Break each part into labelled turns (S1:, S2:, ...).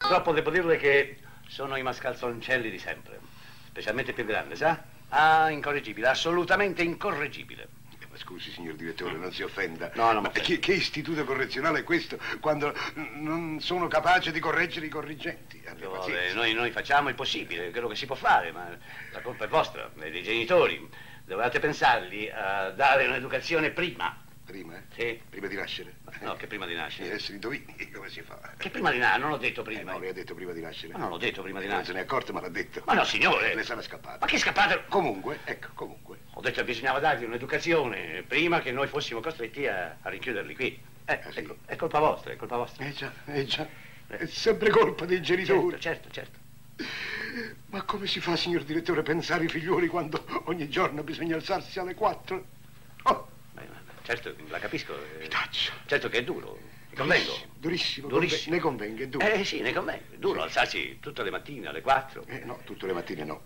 S1: Purtroppo devo dirle che sono i mascalzoncelli di sempre, specialmente il più grande, sa? Ah, incorreggibile, assolutamente incorreggibile.
S2: Eh, Ma scusi, signor direttore, non si offenda.
S1: No, non
S2: Ma
S1: m'offendo.
S2: che, che istituto correzionale è questo quando n- non sono capace di correggere i corriggenti? Abbia
S1: Io,
S2: pazienza.
S1: eh, noi, noi facciamo il possibile, quello che si può fare, ma la colpa è vostra, è dei genitori. Dovevate pensarli a dare un'educazione prima.
S2: Prima, eh?
S1: Sì.
S2: Prima di nascere?
S1: No, che prima di
S2: Bisogna
S1: nascere.
S2: essere indovini, come si fa?
S1: Che prima di nascere, non l'ho detto
S2: Eh,
S1: prima.
S2: no, lei ha detto prima di nascere. Eh,
S1: Ma non l'ho detto prima di
S2: Non
S1: nascere.
S2: se ne è accorto, ma l'ha detto. Eh,
S1: Ma no, signore.
S2: Le sarà scappato.
S1: Ma che scappate?
S2: Comunque, ecco, comunque.
S1: Ho detto che bisognava dargli un'educazione prima che noi fossimo costretti a, a rinchiuderli qui. Eh,
S2: Ah, sì?
S1: è col- è colpa vostra, è colpa vostra.
S2: Eh già, eh già. È sempre colpa dei
S1: certo,
S2: genitori.
S1: certo, certo.
S2: Ma come si fa, signor direttore, a pensare ai figlioli quando ogni giorno bisogna alzarsi alle 4? Oh,
S1: Beh, ma- certo, la capisco. eh,
S2: mi taccio.
S1: Certo che è duro, ne convengo. Durissimo.
S2: Durissimo, durissimo. Ne convenga, è duro.
S1: Eh sì, ne convengo. È duro
S2: Sì.
S1: alzarsi tutte le mattine alle 4.
S2: Eh, no, tutte le mattine no.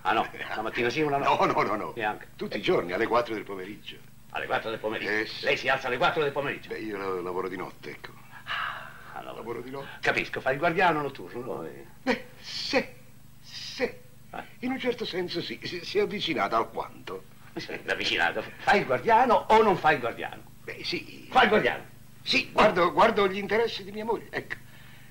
S1: Ah no, la mattina sì, una no.
S2: No, no, no, no.
S1: Neanche.
S2: Tutti i giorni alle 4 del pomeriggio.
S1: Alle 4 del pomeriggio.
S2: Eh, sì.
S1: Lei si alza alle 4 del pomeriggio.
S2: Beh, io la- lavoro di notte, ecco.
S1: Ah, no,
S2: Lavoro di notte.
S1: Capisco, fa il guardiano notturno. eh.
S2: Beh, se, se.
S1: Ah.
S2: In un certo senso sì, si, si è avvicinata alquanto.
S1: Mi sarebbe avvicinato. Fa il guardiano o non fa il guardiano?
S2: Beh, sì.
S1: Fa il guardiano.
S2: Sì, guardo, guardo gli interessi di mia moglie, ecco.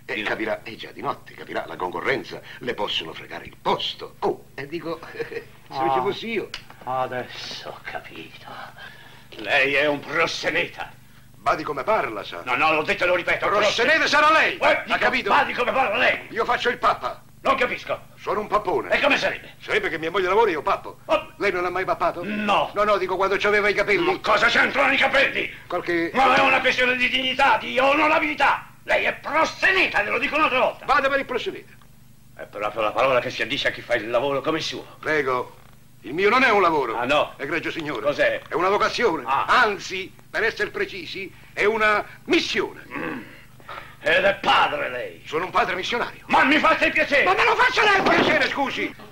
S2: E
S1: Di notte.
S2: capirà, eh già di notte, capirà, la concorrenza le possono fregare il posto. Oh, e dico, se
S1: Ah.
S2: ci fossi io,
S1: Adesso ho capito. Lei è un prosseneta.
S2: badi come parla, sa.
S1: No, no, l'ho detto e lo ripeto.
S2: Rossenere sarà lei,
S1: Eh,
S2: ha
S1: dico,
S2: capito?
S1: Ma di come parla lei?
S2: Io faccio il pappa,
S1: Non capisco.
S2: sono un
S1: E
S2: pappone.
S1: come sarebbe?
S2: Sarebbe che mia moglie lavora e io pappo.
S1: Oh.
S2: Lei non l'ha mai pappato?
S1: No.
S2: No, no, dico quando ci aveva i
S1: Ma
S2: capelli.
S1: cosa c'entrano i capelli?
S2: Qualche...
S1: Ma è una questione di dignità, di onorabilità. Lei è prosseneta, ve lo dico un'altra volta.
S2: Vada per il prossenere.
S1: È proprio la parola che si addice a chi fa il lavoro come il suo.
S2: Prego. Il mio non è un lavoro.
S1: Ah, no?
S2: Egregio signore.
S1: Cos'è?
S2: È una vocazione.
S1: Ah.
S2: Anzi, per essere precisi, è una missione.
S1: Mm. Ed è padre lei.
S2: Sono un padre missionario.
S1: Ma mi fate il piacere.
S2: Ma me lo faccia lei il piacere, scusi!